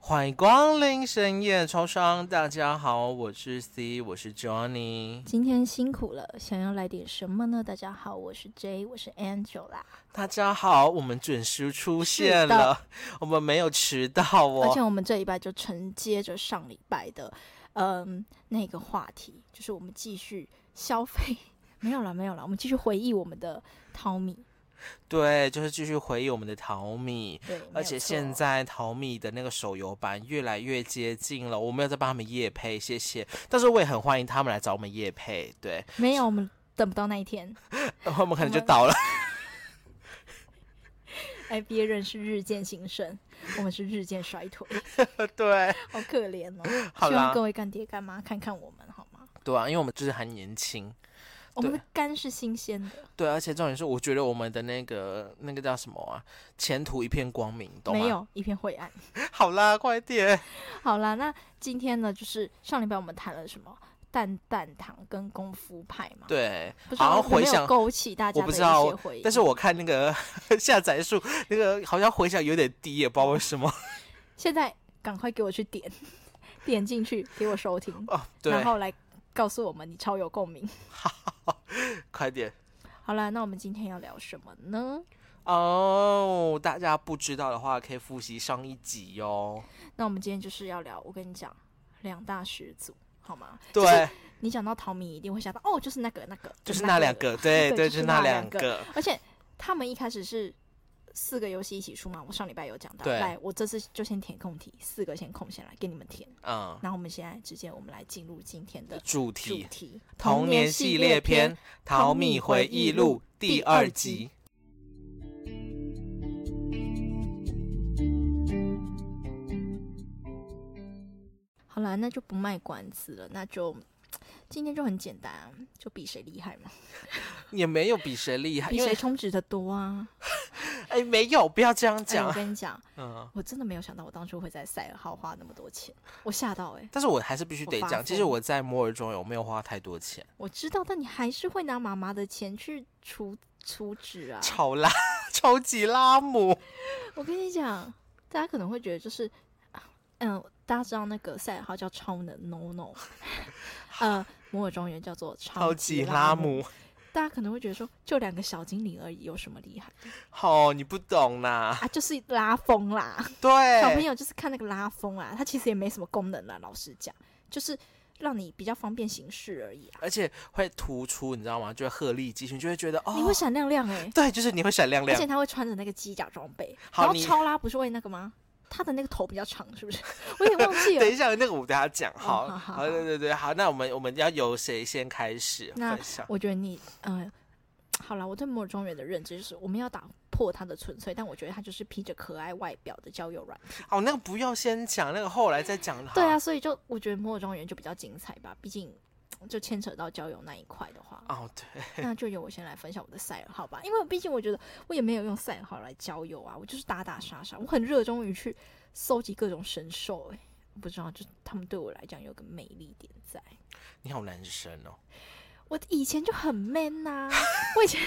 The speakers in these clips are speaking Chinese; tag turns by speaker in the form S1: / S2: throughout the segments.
S1: 欢迎光临深夜超商，大家好，我是 C，我是 Johnny。
S2: 今天辛苦了，想要来点什么呢？大家好，我是 J，我是 Angela，
S1: 大家好，我们准时出现了，我们没有迟到
S2: 而且
S1: 哦。
S2: 我们这礼拜就承接着上礼拜的，嗯，那个话题，就是我们继续消费，没有了，没有了，我们继续回忆我们的淘米，
S1: 对，就是继续回忆我们的淘米。
S2: 对，没有
S1: 而且
S2: 错
S1: 现在淘米的那个手游版越来越接近了，我没有在帮他们夜配，谢谢。但是我也很欢迎他们来找我们夜配，对，
S2: 没有，我们等不到那一天，
S1: 我们可能就
S2: 我们
S1: 倒了。
S2: 哎，别人是日渐兴盛，我们是日渐衰退，
S1: 对，
S2: 好可怜哦。
S1: 好
S2: 希望
S1: 啦
S2: 各，位干爹干妈看看我们好吗？
S1: 对啊，因为我们就是还年轻，
S2: 我们的肝是新鲜的，
S1: 对，而且重点是，我觉得我们的那个那个叫什么啊，前途一片光明，懂吗？啊
S2: 没。有一片灰暗。
S1: 好啦，快点。
S2: 好啦，那今天呢，就是上礼拜我们谈了什么蛋蛋糖跟功夫派嘛，，
S1: 对
S2: 不，知
S1: 好
S2: 道
S1: 像
S2: 有没
S1: 回
S2: 有
S1: 想，
S2: 勾起大
S1: 我
S2: 家的
S1: 不
S2: 一
S1: 知道
S2: 些回忆。
S1: 但是我看那个下载数，那个好像回想有点低，也不知道为什么。
S2: 现在赶快给我去点， 点进去给我收听，
S1: 哦， 对
S2: 然，后来告诉我们你超有共鸣。
S1: 快点。
S2: 好啦，那我们今天要聊什么呢？
S1: 哦，大家不知道的话，可以复习上一集哟、哦。
S2: 那我们今天就是要聊，我跟你讲，两大始祖，好吗？
S1: 对，
S2: 就是你讲到淘米，一定会想到哦，就是那个那个，
S1: 就是那两。个，对
S2: 对
S1: 对，
S2: 就
S1: 就是
S2: 是
S1: 那
S2: 那
S1: 两
S2: 两个
S1: 个。
S2: 而且他们一开始是四个游戏一起出嘛，我上礼拜有讲到。
S1: 对
S2: 来，我这次就先填空题，四个先空下来给你们填。
S1: 嗯，
S2: 然后我们现在直接我们来进入今天的
S1: 主
S2: 主
S1: 题
S2: 题——。
S1: 童年系列篇《淘
S2: 淘
S1: 米
S2: 米
S1: 回
S2: 回
S1: 忆
S2: 忆
S1: 录
S2: 录》
S1: 第
S2: 第
S1: 二
S2: 二
S1: 集
S2: 集。好啦，那就不卖关子了，那就今天就很简单、啊，就比谁厉害嘛，
S1: 也没有比谁厉害，
S2: 比
S1: 啊因
S2: 谁
S1: 为
S2: 充值的多啊。
S1: 哎，没有，不要这样
S2: 哎，
S1: 讲啊
S2: 我。跟你讲，
S1: 嗯，
S2: 我真的没有想到我当初会在塞尔号花那么多钱，我吓到哎、
S1: 但是我还是必须
S2: 我
S1: 得
S2: 发
S1: 讲，其实
S2: 疯
S1: 我在摩尔庄园我没有花太多钱，
S2: 我知道，但你还是会拿妈妈的钱去储储值啊。
S1: 超拉，超级拉姆。
S2: 我跟你讲，大家可能会觉得就是，嗯，大家知道那个赛尔号叫超能 No No，呃，摩尔庄园叫做
S1: 超
S2: 超
S1: 级
S2: 级
S1: 拉
S2: 拉
S1: 姆，
S2: 大家可能会觉得说，就两个小精灵而已，有什么厉害
S1: 哦，你不懂啦，
S2: 啊？就是拉风啦，小朋
S1: 对，
S2: 友就是看那个拉风啦，它其实也没什么功能啦，老实讲，就是让你比较方便行事而已啊。
S1: 而且会突出，你知道吗？就会鹤立鸡群，就会觉得
S2: 你会
S1: 哦，
S2: 闪亮亮哎、欸，
S1: 对，就是你会闪亮
S2: 而
S1: 亮
S2: 且，他会穿着那个机甲装备，
S1: 好
S2: 然后
S1: 你
S2: 超拉不是会那个吗？他的那个头比较长，是不是？ 我有点忘记了
S1: 等。一下，那个我等下讲。好，
S2: 哦好好
S1: 对对对，好，那我们我们要由谁先开始
S2: 那
S1: 分享？
S2: 我觉得你，呃，好了，我对摩尔庄园的认知就是，我们要打破它的纯粹，但我觉得它就是披着可爱外表的交友软。
S1: 哦，那个不要先讲，那个后来再讲。
S2: 对
S1: 好，
S2: 啊，。所以就我觉得摩尔庄园就比较精彩吧，毕竟就牵扯到交友那一块的话
S1: 哦，对，
S2: 那就由我先来分享我的赛尔号吧，因为毕竟我觉得我也没有用赛尔号来交友啊，我就是打打杀杀，我很热衷于去搜集各种神兽、欸，我不知道，就他们对我来讲有个魅力点在。
S1: 你好男生哦。
S2: 我以前就很 man 呐、我以前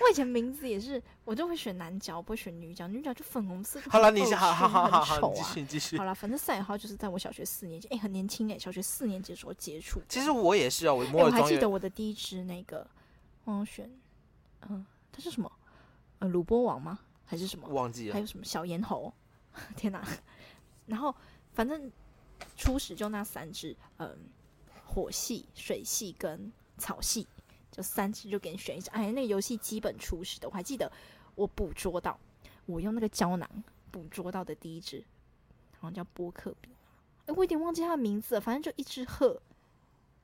S2: 我以前名字也是，我就会选男角，不会选女角，女角就粉红色。就哦很
S1: 好了，你
S2: 恶
S1: 先，好好
S2: 心
S1: 好好好，
S2: 很
S1: 你
S2: 丑
S1: 继
S2: 啊
S1: 续。你继续
S2: 好。了，反正赛尔号就是在我小学四年级，哎、很年轻哎、小学四年级的时候接触的。
S1: 其实我也是哦，我
S2: 哎、
S1: 摩
S2: 我
S1: 尔
S2: 还
S1: 庄
S2: 记
S1: 园
S2: 得我的第一只那个，我选，嗯、它是什么？呃，鲁波王吗？还是什么？
S1: 忘记
S2: 还
S1: 了，
S2: 有什么小猿猴？ 天哪！然后反正初始就那三只，嗯，火系、水系跟草系，就三只就给你选一只。哎，那个游戏基本初始的，我还记得我捕捉到，我用那个胶囊捕捉到的第一只，好像叫波克比，哎，我有点忘记它的名字了，反正就一只鹤。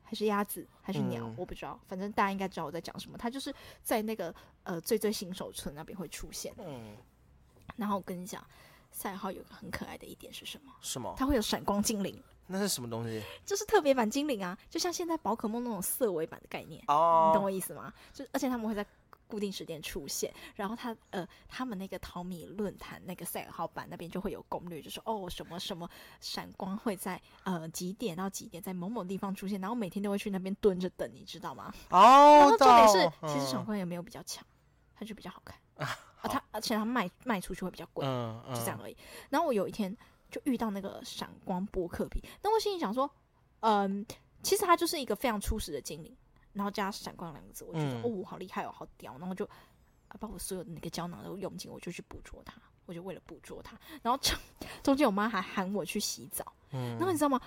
S2: 还是鸭子，还是鸟，
S1: 嗯
S2: 我不知道。反正大家应该知道我在讲什么。它就是在那个呃最最新手村那边会出现。
S1: 嗯，
S2: 然后我跟你讲，赛尔号有个很可爱的一点是什么？
S1: 什么？
S2: 它会有闪光精灵，
S1: 那是什么东西？
S2: 就是特别版精灵啊，就像现在宝可梦那种色违版的概念，你懂
S1: 哦，
S2: 我意思吗？就而且他们会在固定时间出现，然后他呃，他们那个淘米论坛那个赛尔号版那边就会有攻略，就说哦什么什么闪光会在呃几点到几点在某某地方出现，然后每天都会去那边蹲着等，你知道吗？然
S1: 哦嗯
S2: 后，重点是，其实闪
S1: 想，
S2: 光也没有比较强，它啊就比较好看啊，它而且它卖卖出去会比较贵。
S1: 嗯嗯，
S2: 就这样而已。然后我有一天就遇到那个闪光波克比。那我心里想说，嗯，其实他就是一个非常初始的精灵，然后加闪光两个字，我觉得、
S1: 嗯
S2: 哦，好厉害哦，好屌，然后就、啊、把我所有的那个胶囊都用尽，我就去捕捉它，我就为了捕捉它。然后中中间我妈还喊我去洗澡，
S1: 嗯
S2: 然后你知道吗？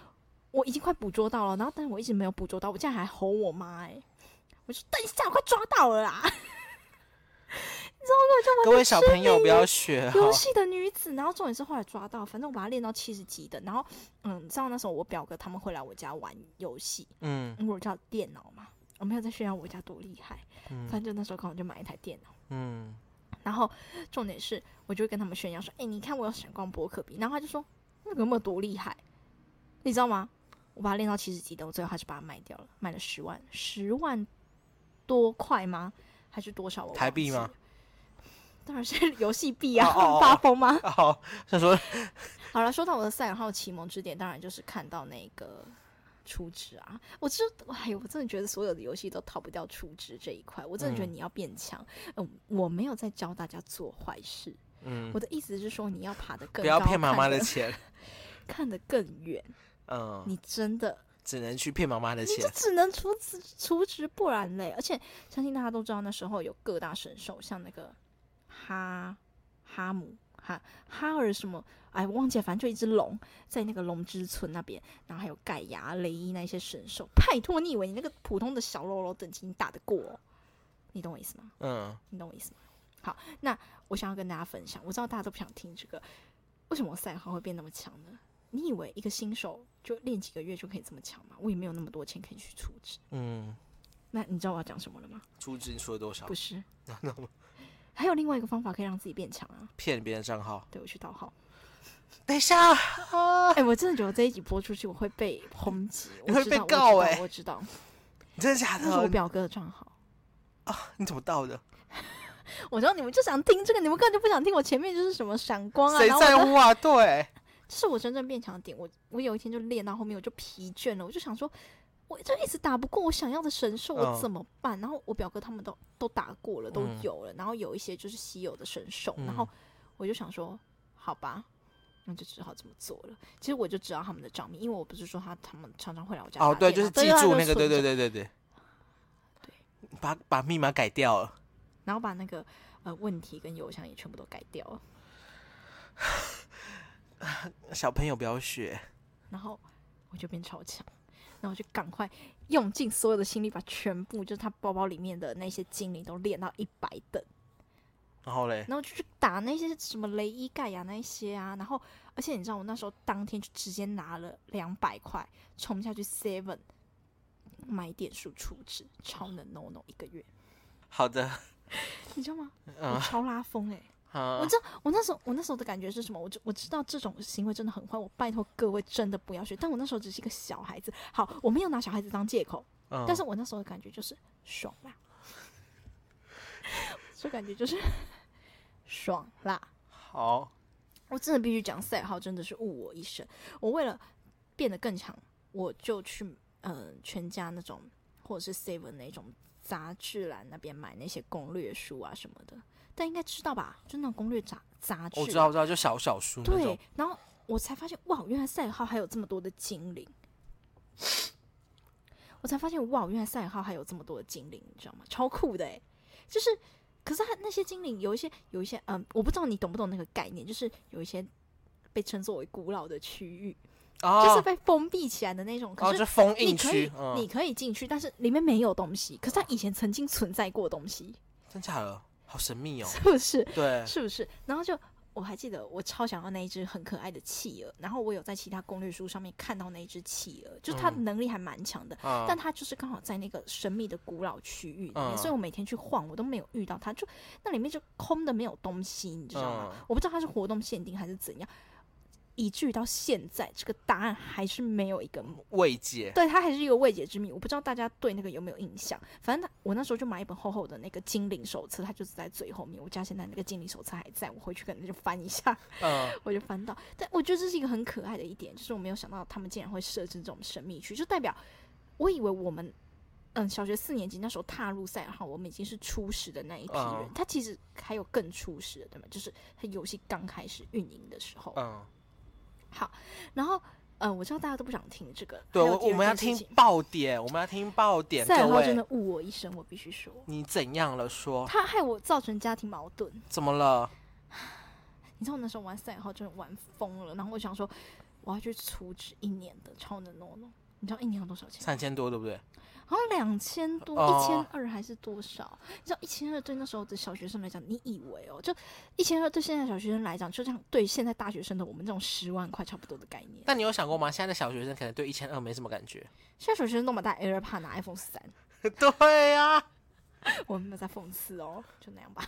S2: 我已经快捕捉到了，然后但是我一直没有捕捉到，我竟然还吼我妈哎、我说等一下，我快抓到了啦！
S1: 各位小朋友不要学
S2: 游
S1: 哦，
S2: 戏的女子，然后重点是后来抓到，反正我把它练到七十级的。然后，嗯，你知道那时候我表哥他们会来我家玩游戏，
S1: 嗯
S2: 因为我家有电脑嘛，我没有在炫耀我家多厉害，反
S1: 嗯
S2: 正就那时候刚好就买一台电脑。
S1: 嗯，
S2: 然后重点是，我就会跟他们炫耀说：“哎、你看我有闪光波克比。”然后他就说：“那个有没有多厉害？你知道吗？我把它练到七十级的，我最后还是把它卖掉了，卖了十万，十万多块吗？还是多少我忘记了？
S1: 台币吗？
S2: 当然是 游戏币啊！
S1: 哦哦哦
S2: 发疯吗？
S1: 好，想说
S2: 好了，说到我的赛尔号启蒙之点，当然就是看到那个初值啊。我知，哎呦，我真的觉得所有的游戏都逃不掉初值这一块。我真的觉得
S1: 嗯
S2: 你要变强，嗯、我没有在教大家做坏事，
S1: 嗯
S2: 我，的意思是说你要爬得更高，
S1: 不要骗妈妈的
S2: 看得
S1: 钱，
S2: 看得更远。
S1: 嗯，
S2: 你真的
S1: 只能去骗妈妈的
S2: 你就
S1: 钱，
S2: 只能除此除之不然嘞。而且相信大家都知道，那时候有各大神兽，像那个哈哈姆哈哈尔什么，哎，我忘记了，反正就一只龙在那个龙之村那边，然后还有盖亚、雷伊那些神兽。拜托，你以为你那个普通的小喽啰等级你打得过哦、你懂我意思吗？
S1: 嗯
S2: 你懂我意思吗？好，那我想要跟大家分享，我知道大家都不想听这个，为什么赛号会变那么强呢？你以为一个新手就练几个月就可以这么强吗？我也没有那么多钱可以去出资。
S1: 嗯，
S2: 那你知道我要讲什么了吗？
S1: 出资你说了多少
S2: 不？是，还有另外一个方法可以让自己变强啊！
S1: 骗别人账号？
S2: 对我去盗号，
S1: 等一 下，啊
S2: 哎、我真的觉得这一集播出去我会被抨击，
S1: 你
S2: 我
S1: 会
S2: 知
S1: 被
S2: 道
S1: 告
S2: 我知道
S1: 哎
S2: 我 知道，
S1: 你真的假
S2: 那是我
S1: 的？
S2: 表哥的账 号。
S1: 你怎么盗的？
S2: 我知道你们就想听这个，你们根本就不想听我前面就是什么闪光啊，
S1: 谁
S2: 然后我
S1: 在
S2: 就
S1: 乎啊？对，
S2: 这是我真正变强的点。我我有一天就练到后面，我就疲倦了，我就想说，我就一直打不过我想要的神兽，我
S1: 嗯
S2: 怎么办？然后我表哥他们都都打过了，都
S1: 嗯
S2: 有了，然后有一些就是稀有的神兽，
S1: 嗯
S2: 然后我就想说，好吧。那就只好这么做了。其实我就知道他们的账密，因为我不是说他他们常常会来我家
S1: 哦，
S2: 打
S1: 对，
S2: 电
S1: 就是
S2: 脑
S1: 记住那个，对。
S2: 啊他就存
S1: 对
S2: 着
S1: 对对对，把把密码改掉了，
S2: 然后把那个呃问题跟邮箱也全部都改掉了。
S1: 小朋友不要学，
S2: 然后我就变超强，然后我就赶快用尽所有的心力，把全部就是他包包里面的那些精灵都练到一百等，
S1: 然后嘞，
S2: 然后就去打那些什么雷伊盖亚那一些啊，然后而且你知道我那时候当天就直接拿了两百块冲下去 Seven 买点数储值，超能 no no 一个月，
S1: 好的，
S2: 你知道吗？我
S1: 嗯
S2: 超拉风哎、
S1: 啊
S2: 我，知道，我那时候我那时候的感觉是什么？我就我知道这种行为真的很坏，我拜托各位真的不要学。但我那时候只是一个小孩子，好，我没有拿小孩子当借口，
S1: 嗯
S2: 但是我那时候的感觉就是爽啦， 这感觉就是爽啦。
S1: 好，
S2: 我真的必须讲，赛号真的是误我一生。我为了变得更强，我就去嗯、呃全家那种或者是 Seven 那种杂志栏那边买那些攻略书啊什么的。但应该知道吧？就那种攻略杂杂志，
S1: 我知道，我知道，就小小书那种
S2: 对，，然后我才发现，哇，原来赛尔号还有这么多的精灵。我才发现，哇，原来赛尔号还有这么多的精灵，你知道吗？超酷的哎！就是，可是它那些精灵有一些，有一些，嗯，我不知道你懂不懂那个概念，就是有一些被称作为古老的区域，就是
S1: 哦，
S2: 被封闭起来的那种。可
S1: 哦，
S2: 是
S1: 就封
S2: 你
S1: 印
S2: 可以
S1: 区，，嗯，
S2: 你可以进去，但是里面没有东西。可是它以前曾经存在过东西，
S1: 真假的，好神秘哦，
S2: 是不是？
S1: 对，
S2: 是不是？然后就我还记得，我超想要那一只很可爱的企鹅，然后我有在其他攻略书上面看到那一只企鹅，就它
S1: 嗯
S2: 能力还蛮强的。
S1: 啊
S2: 但，它就是刚好在那个神秘的古老区域里面，
S1: 嗯
S2: 所以我每天去晃，我都没有遇到它，就那里面就空的没有东西，你知道吗？
S1: 嗯
S2: 我不知道它是活动限定还是怎样，以至于到现在这个答案还是没有一个
S1: 慰藉，
S2: 对，它还是一个未解之谜。我不知道大家对那个有没有印象。反正它我那时候就买一本厚厚的那个精灵手册，它就是在最后面。我家现在那个精灵手册还在，我回去可能就翻一下，
S1: 嗯，
S2: 我就翻到。但我觉得这是一个很可爱的一点，就是我没有想到他们竟然会设置这种神秘区，就代表我以为我们。嗯，小学四年级那时候踏入赛尔号，我们已经是初始的那一批人
S1: 嗯。
S2: 他、其
S1: 啊
S2: 实还有更初始的，对吗？就是他游戏刚开始运营的时候，
S1: 嗯，
S2: 好，然后呃，我知道大家都不想听这个，
S1: 对，
S2: 还有
S1: 我
S2: 第二
S1: 我们要
S2: 件
S1: 听
S2: 事情
S1: 爆点，我们要听爆点，
S2: 赛
S1: 各
S2: 尔号真的
S1: 位，
S2: 误我一生，我必须说，
S1: 你怎样了说？
S2: 他害我造成家庭矛盾。
S1: 怎么了？
S2: 你知道我那时候玩赛尔号真的玩疯了，然后我想说我要去储值一年的超能诺诺，你知道一年要多少钱？
S1: 三千多对不对？
S2: 好像两千多，一千
S1: 哦
S2: 二还是多少？你知道一千二对那时候的小学生来讲，你以为哦，就一千二对现在小学生来讲，就像对现在大学生的我们这种十万块差不多的概念。
S1: 但你有想过吗？现在的小学生可能对一千二没什么感觉。
S2: 现在小学生都把带 AirPod 拿 iPhone 三，
S1: 对啊呀、
S2: 我没有在讽刺哦，就那样吧。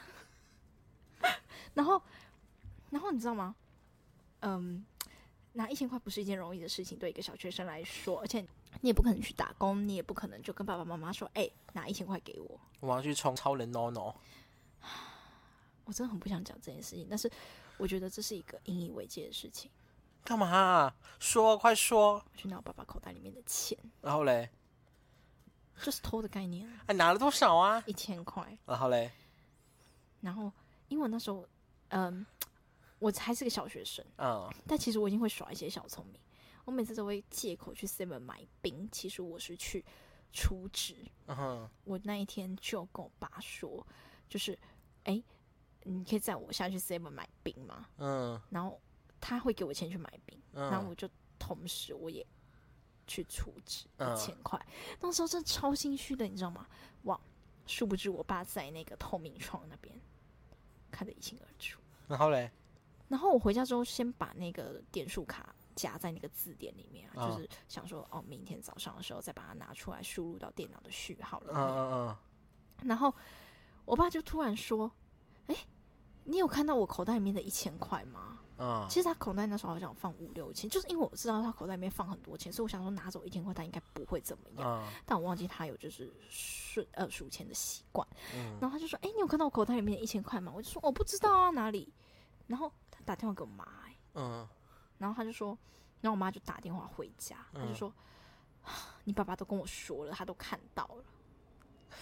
S2: 然后，然后你知道吗？嗯，拿一千块不是一件容易的事情，对一个小学生来说，而且你也不可能去打工，你也不可能就跟爸爸妈妈说：“哎、拿一千块给我。
S1: 我们要去冲超人 NONO。”
S2: 我真的很不想讲这件事情，但是我觉得这是一个引以为戒的事情。
S1: 干嘛、啊说，快说。
S2: 我去拿我爸爸口袋里面的钱，
S1: 然后嘞，
S2: 就是偷的概念，
S1: 哎，拿了多少啊？
S2: 一千块。
S1: 然后嘞，
S2: 然后，因为我那时候，嗯，我还是个小学生。
S1: 嗯，
S2: 但其实我已经会耍一些小聪明，我每次都会借口去 Seven 买冰，其实我是去储值。
S1: 嗯哼，
S2: 我那一天就跟我爸说，就是，哎、你可以载我下去 Seven 买冰吗？
S1: 嗯
S2: 然后他会给我钱去买冰，然后
S1: 嗯，
S2: 我就同时我也去储值
S1: 嗯
S2: 一千块。那时候真的超心虚的，你知道吗？哇，殊不知我爸在那个透明窗那边看得一清二楚。
S1: 然后嘞，
S2: 然后我回家之后，先把那个点数卡夹在那个字典里面、啊，
S1: 嗯
S2: 就是想说，哦，明天早上的时候再把它拿出来，输入到电脑的序号里
S1: 嗯
S2: 面。
S1: 嗯
S2: 然后我爸就突然说：“哎，你有看到我口袋里面的一千块吗？”
S1: 嗯嗯
S2: 其实他口袋那时候好像有放五六千，就是因为我知道他口袋里面放很多钱，所以我想说拿走一千块他应该不会怎么样。
S1: 嗯
S2: 但我忘记他有就是数呃数钱的习惯。
S1: 嗯，
S2: 然后他就说：“哎，你有看到我口袋里面的一千块吗？”我就说：“我不知道啊，哪里？”然后他打电话给我妈、哎
S1: 嗯，
S2: 然后他就说，然后我妈就打电话回家，他就
S1: 嗯
S2: 说、啊你爸爸都跟我说了，他都看到了。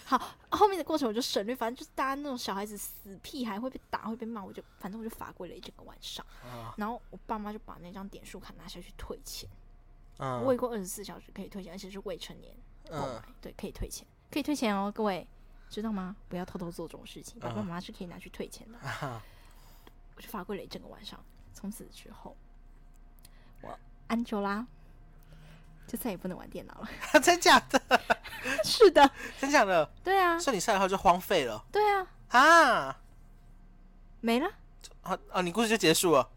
S2: 好，后面的过程我就省略，反正就是大家那种小孩子死屁孩会被打会被骂，我就反正我就罚跪了一整个晚上。
S1: 啊
S2: 然后我爸妈就把那张点数卡拿下去退钱，
S1: 嗯，
S2: 未过二十四小时可以退钱，而且是未成年购买，
S1: 嗯
S2: 对，可以退钱，可以退钱哦，各位知道吗？不要偷偷做这种事情，爸爸
S1: 嗯
S2: 妈妈是可以拿去退钱的。
S1: 啊
S2: 我就罚跪了一整个晚上。从此之后，我安久拉就再也不能玩电脑 了。
S1: 真假的，
S2: 是的，
S1: 真假的，
S2: 对啊，
S1: 所以你赛尔号就荒废了
S2: 对啊，
S1: 啊
S2: 没了。
S1: 啊啊！你故事就结束了。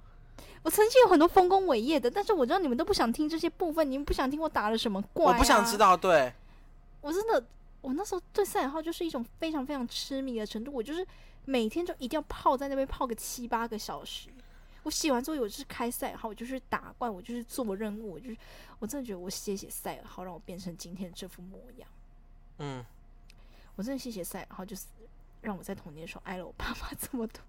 S2: 我曾经有很多丰功伟业的，但是我知道你们都不想听这些部分，你们不想听我打了什么怪、啊
S1: 我不想知。道，对，
S2: 我真的，我那时候对赛尔号就是一种非常非常痴迷的程度，我就是每天就一定要泡在那边泡个七八个小时。我洗完之后，我就是开赛尔号，我就是打怪，我就是做任务，我就是，我真的觉得我谢谢赛尔号，让我变成今天这副模样。
S1: 嗯，
S2: 我真的谢谢赛尔号，就是让我在童年的时候爱了我爸妈这么多。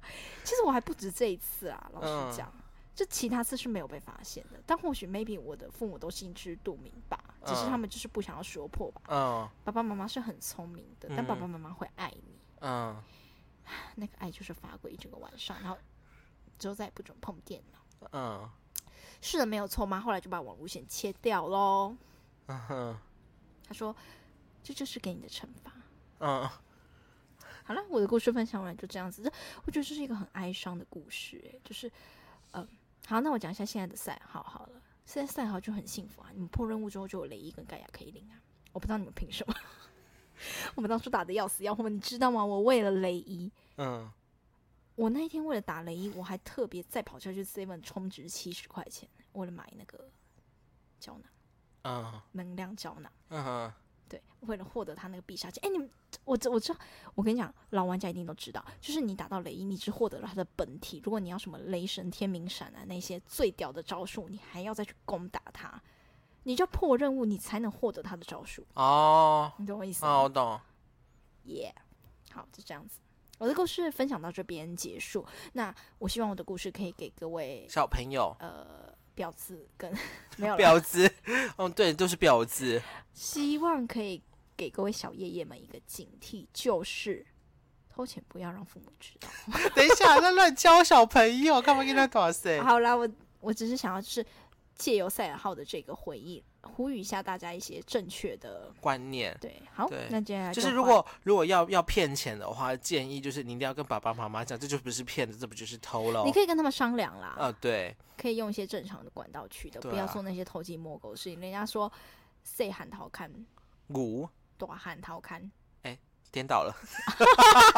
S2: 其实我还不止这一次啊，老
S1: 嗯
S2: 实讲，就其他次是没有被发现的。但或许 maybe 我的父母都心知肚明吧，只是
S1: 嗯
S2: 他们就是不想要说破吧。
S1: 嗯
S2: 爸爸妈妈是很聪明的，但爸
S1: 嗯
S2: 爸妈妈会爱你，
S1: 嗯
S2: 那个爱就是罚跪一整个晚上，然后之后再也不准碰电脑。
S1: 嗯
S2: 是的，没有错妈后来就把网路线切掉喽。
S1: 嗯哼
S2: 他说，这就是给你的惩罚。
S1: 嗯
S2: 好了，我的故事分享完就这样子。这我觉得这是一个很哀伤的故事、欸，就是，呃，好，那我讲一下现在的赛号好了。现在赛号就很幸福啊，你们破任务之后就有雷伊跟盖亚可以领啊。我不知道你们凭什么， 我们当初打的要死要活，你知道吗？我为了雷伊，
S1: 嗯，
S2: 我那一天为了打雷伊，我还特别再跑下去 seven 充值七十块钱，为了买那个胶囊，
S1: 嗯
S2: 能量胶囊。
S1: 嗯哼，
S2: 对，为了获得他那个必杀技。哎，你们我知我知道，我跟你讲，老玩家一定都知道，就是你打到雷伊，你只获得了他的本体。如果你要什么雷神天明闪啊那些最屌的招数，你还要再去攻打他，你就要破任务，你才能获得他的招数。
S1: 哦
S2: 你懂我意思
S1: 哦，
S2: 吗
S1: 我？懂，
S2: 耶、好，就这样子。我的故事分享到这边结束。那我希望我的故事可以给各位
S1: 小朋友。
S2: 呃婊子跟 没有啦
S1: 婊子， 嗯，对，就是婊 子。
S2: 希望可以给各位小爷爷们一个警惕，就是偷钱不要让父母知道。
S1: 等一下，在乱教小朋友，干嘛跟他打谁？
S2: 好啦，我我只是想要就是借由赛尔号的这个回忆，呼吁一下大家一些正确的
S1: 观念。
S2: 对。好
S1: 对，
S2: 那接下来
S1: 就是
S2: 换
S1: 如果如果要要骗钱的话，建议就是你一定要跟爸爸妈妈讲，这就不是骗子，这不就是偷了
S2: 你？可以跟他们商量啦，
S1: 哦呃，对，
S2: 可以用一些正常的管道去的，
S1: 对
S2: 不要
S1: 啊
S2: 做那些偷鸡摸狗的事情。人家说“岁喊逃看，
S1: 五
S2: 短喊逃看
S1: 颠倒了，”，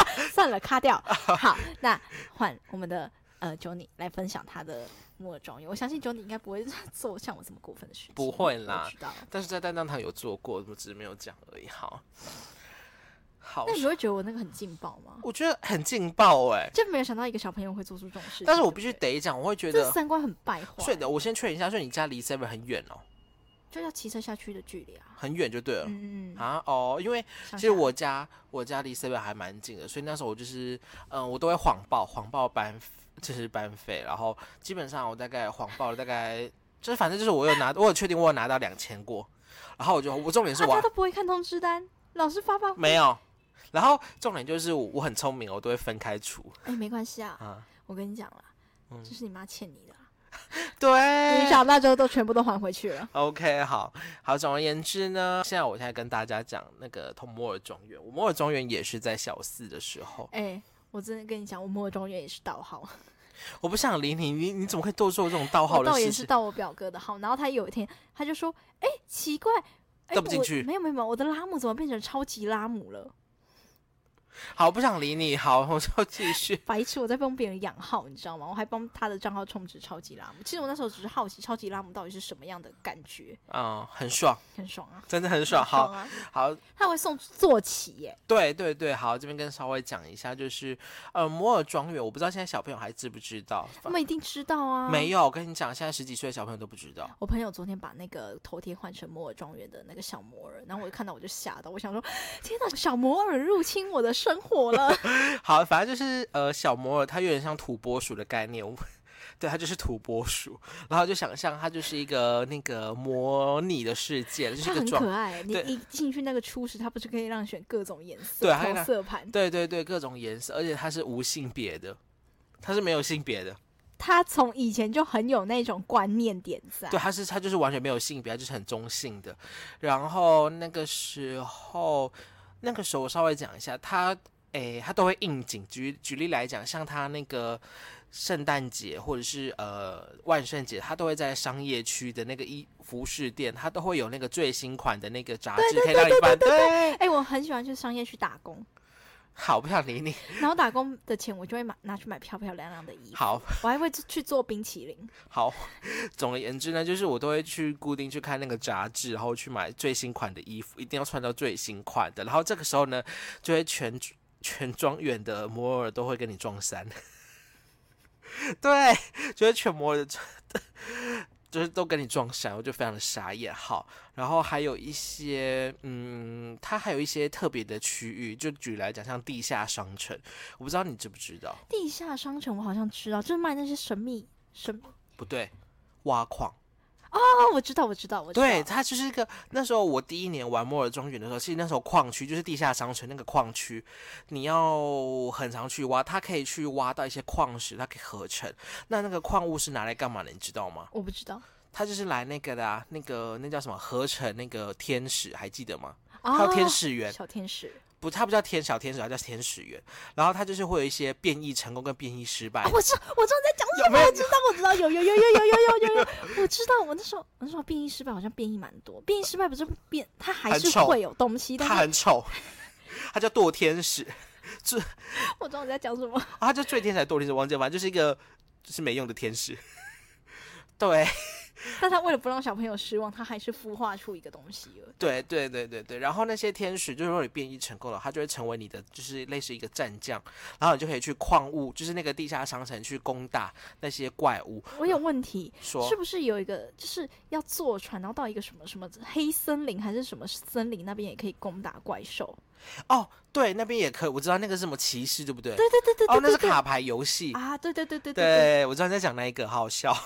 S2: 算了，卡掉。好，那换我们的呃 Johnny 来分享他的末庄游。我相信 Johnny 应该不会做像我这么过分的事情，
S1: 不会
S2: 我
S1: 啦
S2: 知道。
S1: 但是在蛋蛋堂有做过，我只是没有讲而已。好，好
S2: 那，你会觉得我那个很劲爆吗？
S1: 我觉得很劲爆哎、
S2: 就没有想到一个小朋友会做出这种事情。
S1: 但是我
S2: 对不
S1: 必须
S2: 对，
S1: 得讲，我会觉
S2: 这
S1: 得，
S2: 三观很败坏，
S1: 所以的，我先确认一下，所以你家离 Seven 很远哦，
S2: 就要骑车下去的距离啊。
S1: 很远就对了。
S2: 嗯，
S1: 啊哦，因为
S2: 上
S1: 其实
S2: 下
S1: 我家我家离 seven 还蛮近的，所以那时候我就是，嗯、我都会谎报谎报班，就是班费，然后基本上我大概谎报了大概，就是反正就是我有拿，我有确定我有拿到两千过，然后我就我重点是
S2: 大
S1: 我
S2: 家啊都不会看通知单，老师发发
S1: 没有，然后重点就是我我很聪明，我都会分开除
S2: 哎，没关系啊，
S1: 啊，
S2: 我跟你讲啦，
S1: 嗯
S2: 这是你妈欠你的啦，
S1: 对
S2: 你长大之后都全部都还回去了。
S1: OK，好好。总而言之呢，现在我现在跟大家讲那个托摩尔庄园，我摩尔庄园也是在小四的时候，
S2: 哎、我真的跟你讲，我末中原也是盗号，
S1: 我不想理你，你你怎么会做做这种盗号
S2: 我
S1: 的
S2: 盗哦也
S1: 事
S2: 是
S1: 情？
S2: 盗我表哥的号。然后他有一天他就说：“哎、奇怪，哎
S1: 盗不进
S2: 我
S1: 去
S2: 没有没有没有，我的拉姆怎么变成超级拉姆了？
S1: 好，不想理你，好，我就继续。
S2: 白痴，我在帮别人养号，你知道吗？我还帮他的账号充值超级拉姆。其实我那时候只是好奇，超级拉姆到底是什么样的感觉，
S1: 嗯，很爽，
S2: 很爽啊，
S1: 真的很爽。
S2: 很爽
S1: 好，
S2: 啊！
S1: 好，
S2: 他还会送坐骑耶，
S1: 对对对，好，这边跟稍微讲一下，就是呃，摩尔庄园，我不知道现在小朋友还知不知道，
S2: 他们一定知道啊。
S1: 没有，我跟你讲，现在十几岁的小朋友都不知道。
S2: 我朋友昨天把那个头贴换成摩尔庄园的那个小摩尔，然后我就看到我就吓到，我想说：天哪，小摩尔入侵我的生活了！
S1: 好，反正就是呃，小摩尔它有点像土拨鼠的概念，我 对，它就是土拨鼠，然后就想象它就是一个那个模拟的世界，就是
S2: 它
S1: 一个
S2: 很
S1: 状
S2: 可爱，你
S1: 对
S2: 一进去那个初始，它不是可以让你选各种颜色、
S1: 对它可啊以
S2: 调
S1: 让
S2: 色盘？
S1: 对对对，各种颜色，而且它是无性别的，它是没有性别的，
S2: 它从以前就很有那种观念点在。
S1: 对，它是它就是完全没有性别，它就是很中性的。然后那个时候，那个时候我稍微讲一下，它诶，它都会应景。举举例来讲，像它那个圣诞节或者是呃万圣节，它都会在商业区的那个衣服饰店，它都会有那个最新款的那个杂志可以让你翻。对，
S2: 哎、我很喜欢去商业去打工，
S1: 好，不想理你。
S2: 然后打工的钱我就会买拿去买漂漂亮亮的衣服，
S1: 好，
S2: 我还会去做冰淇淋。
S1: 好， 总而言之呢，就是我都会去固定去看那个杂志，然后去买最新款的衣服，一定要穿到最新款的。然后这个时候呢，就会全 全庄园的摩尔都会跟你撞衫， 对，就是全摩尔的， 就是都跟你撞衫，我就非常的傻眼。好，然后还有一些，嗯，它还有一些特别的区域，就举来讲，像地下商城，我不知道你知不知道？
S2: 地下商城我好像知道，就是卖那些神秘神秘
S1: 不对，挖矿。
S2: 哦，我知道，我知道，我知道。
S1: 对，它就是一个那时候我第一年玩摩尔庄园的时候，其实那时候矿区就是地下商城那个矿区，你要很常去挖，它可以去挖到一些矿石，它可以合成。那那个矿物是拿来干嘛的？你知道吗？
S2: 我不知道。
S1: 它就是来那个的、啊，那个那叫什么合成那个天使，还记得吗？
S2: 啊
S1: 它叫天使园，
S2: 小天使
S1: 不，它不叫天小天使，它叫天使园。然后它就是会有一些变异成功跟变异失败
S2: 啊，。我知道，我知道你在讲什
S1: 有
S2: 么，
S1: 没有
S2: 我知道，我知道，有有有有有有有有有，我 知道，我那时候我那时候变异失败好像变异蛮多，变异失败不是变，它还
S1: 很
S2: 是
S1: 丑
S2: 会有东西，但
S1: 它
S2: 是
S1: 很丑， 它叫堕天使。
S2: 我知道你在讲什么，
S1: 啊，他就最天才堕天使，王建凡就是一个就是没用的天使。 对
S2: 但他为了不让小朋友失望，他还是孵化出一个东西了。
S1: 对对对对对，然后那些天使就是如果你变异成功了，他就会成为你的就是类似一个战将，然后你就可以去矿物，就是那个地下商城去攻打那些怪物。
S2: 我有问题，
S1: 说
S2: 是不是有一个就是要坐船，然后到一个什么什么黑森林还是什么森林那边也可以攻打怪兽？
S1: 哦，对，那边也可以，我知道那个是什么骑士，对不对？
S2: 对对对对对，
S1: 哦，那是
S2: 对
S1: 卡牌游戏。
S2: 啊，对对对对对，
S1: 对，我知道你在讲那一个，好好笑。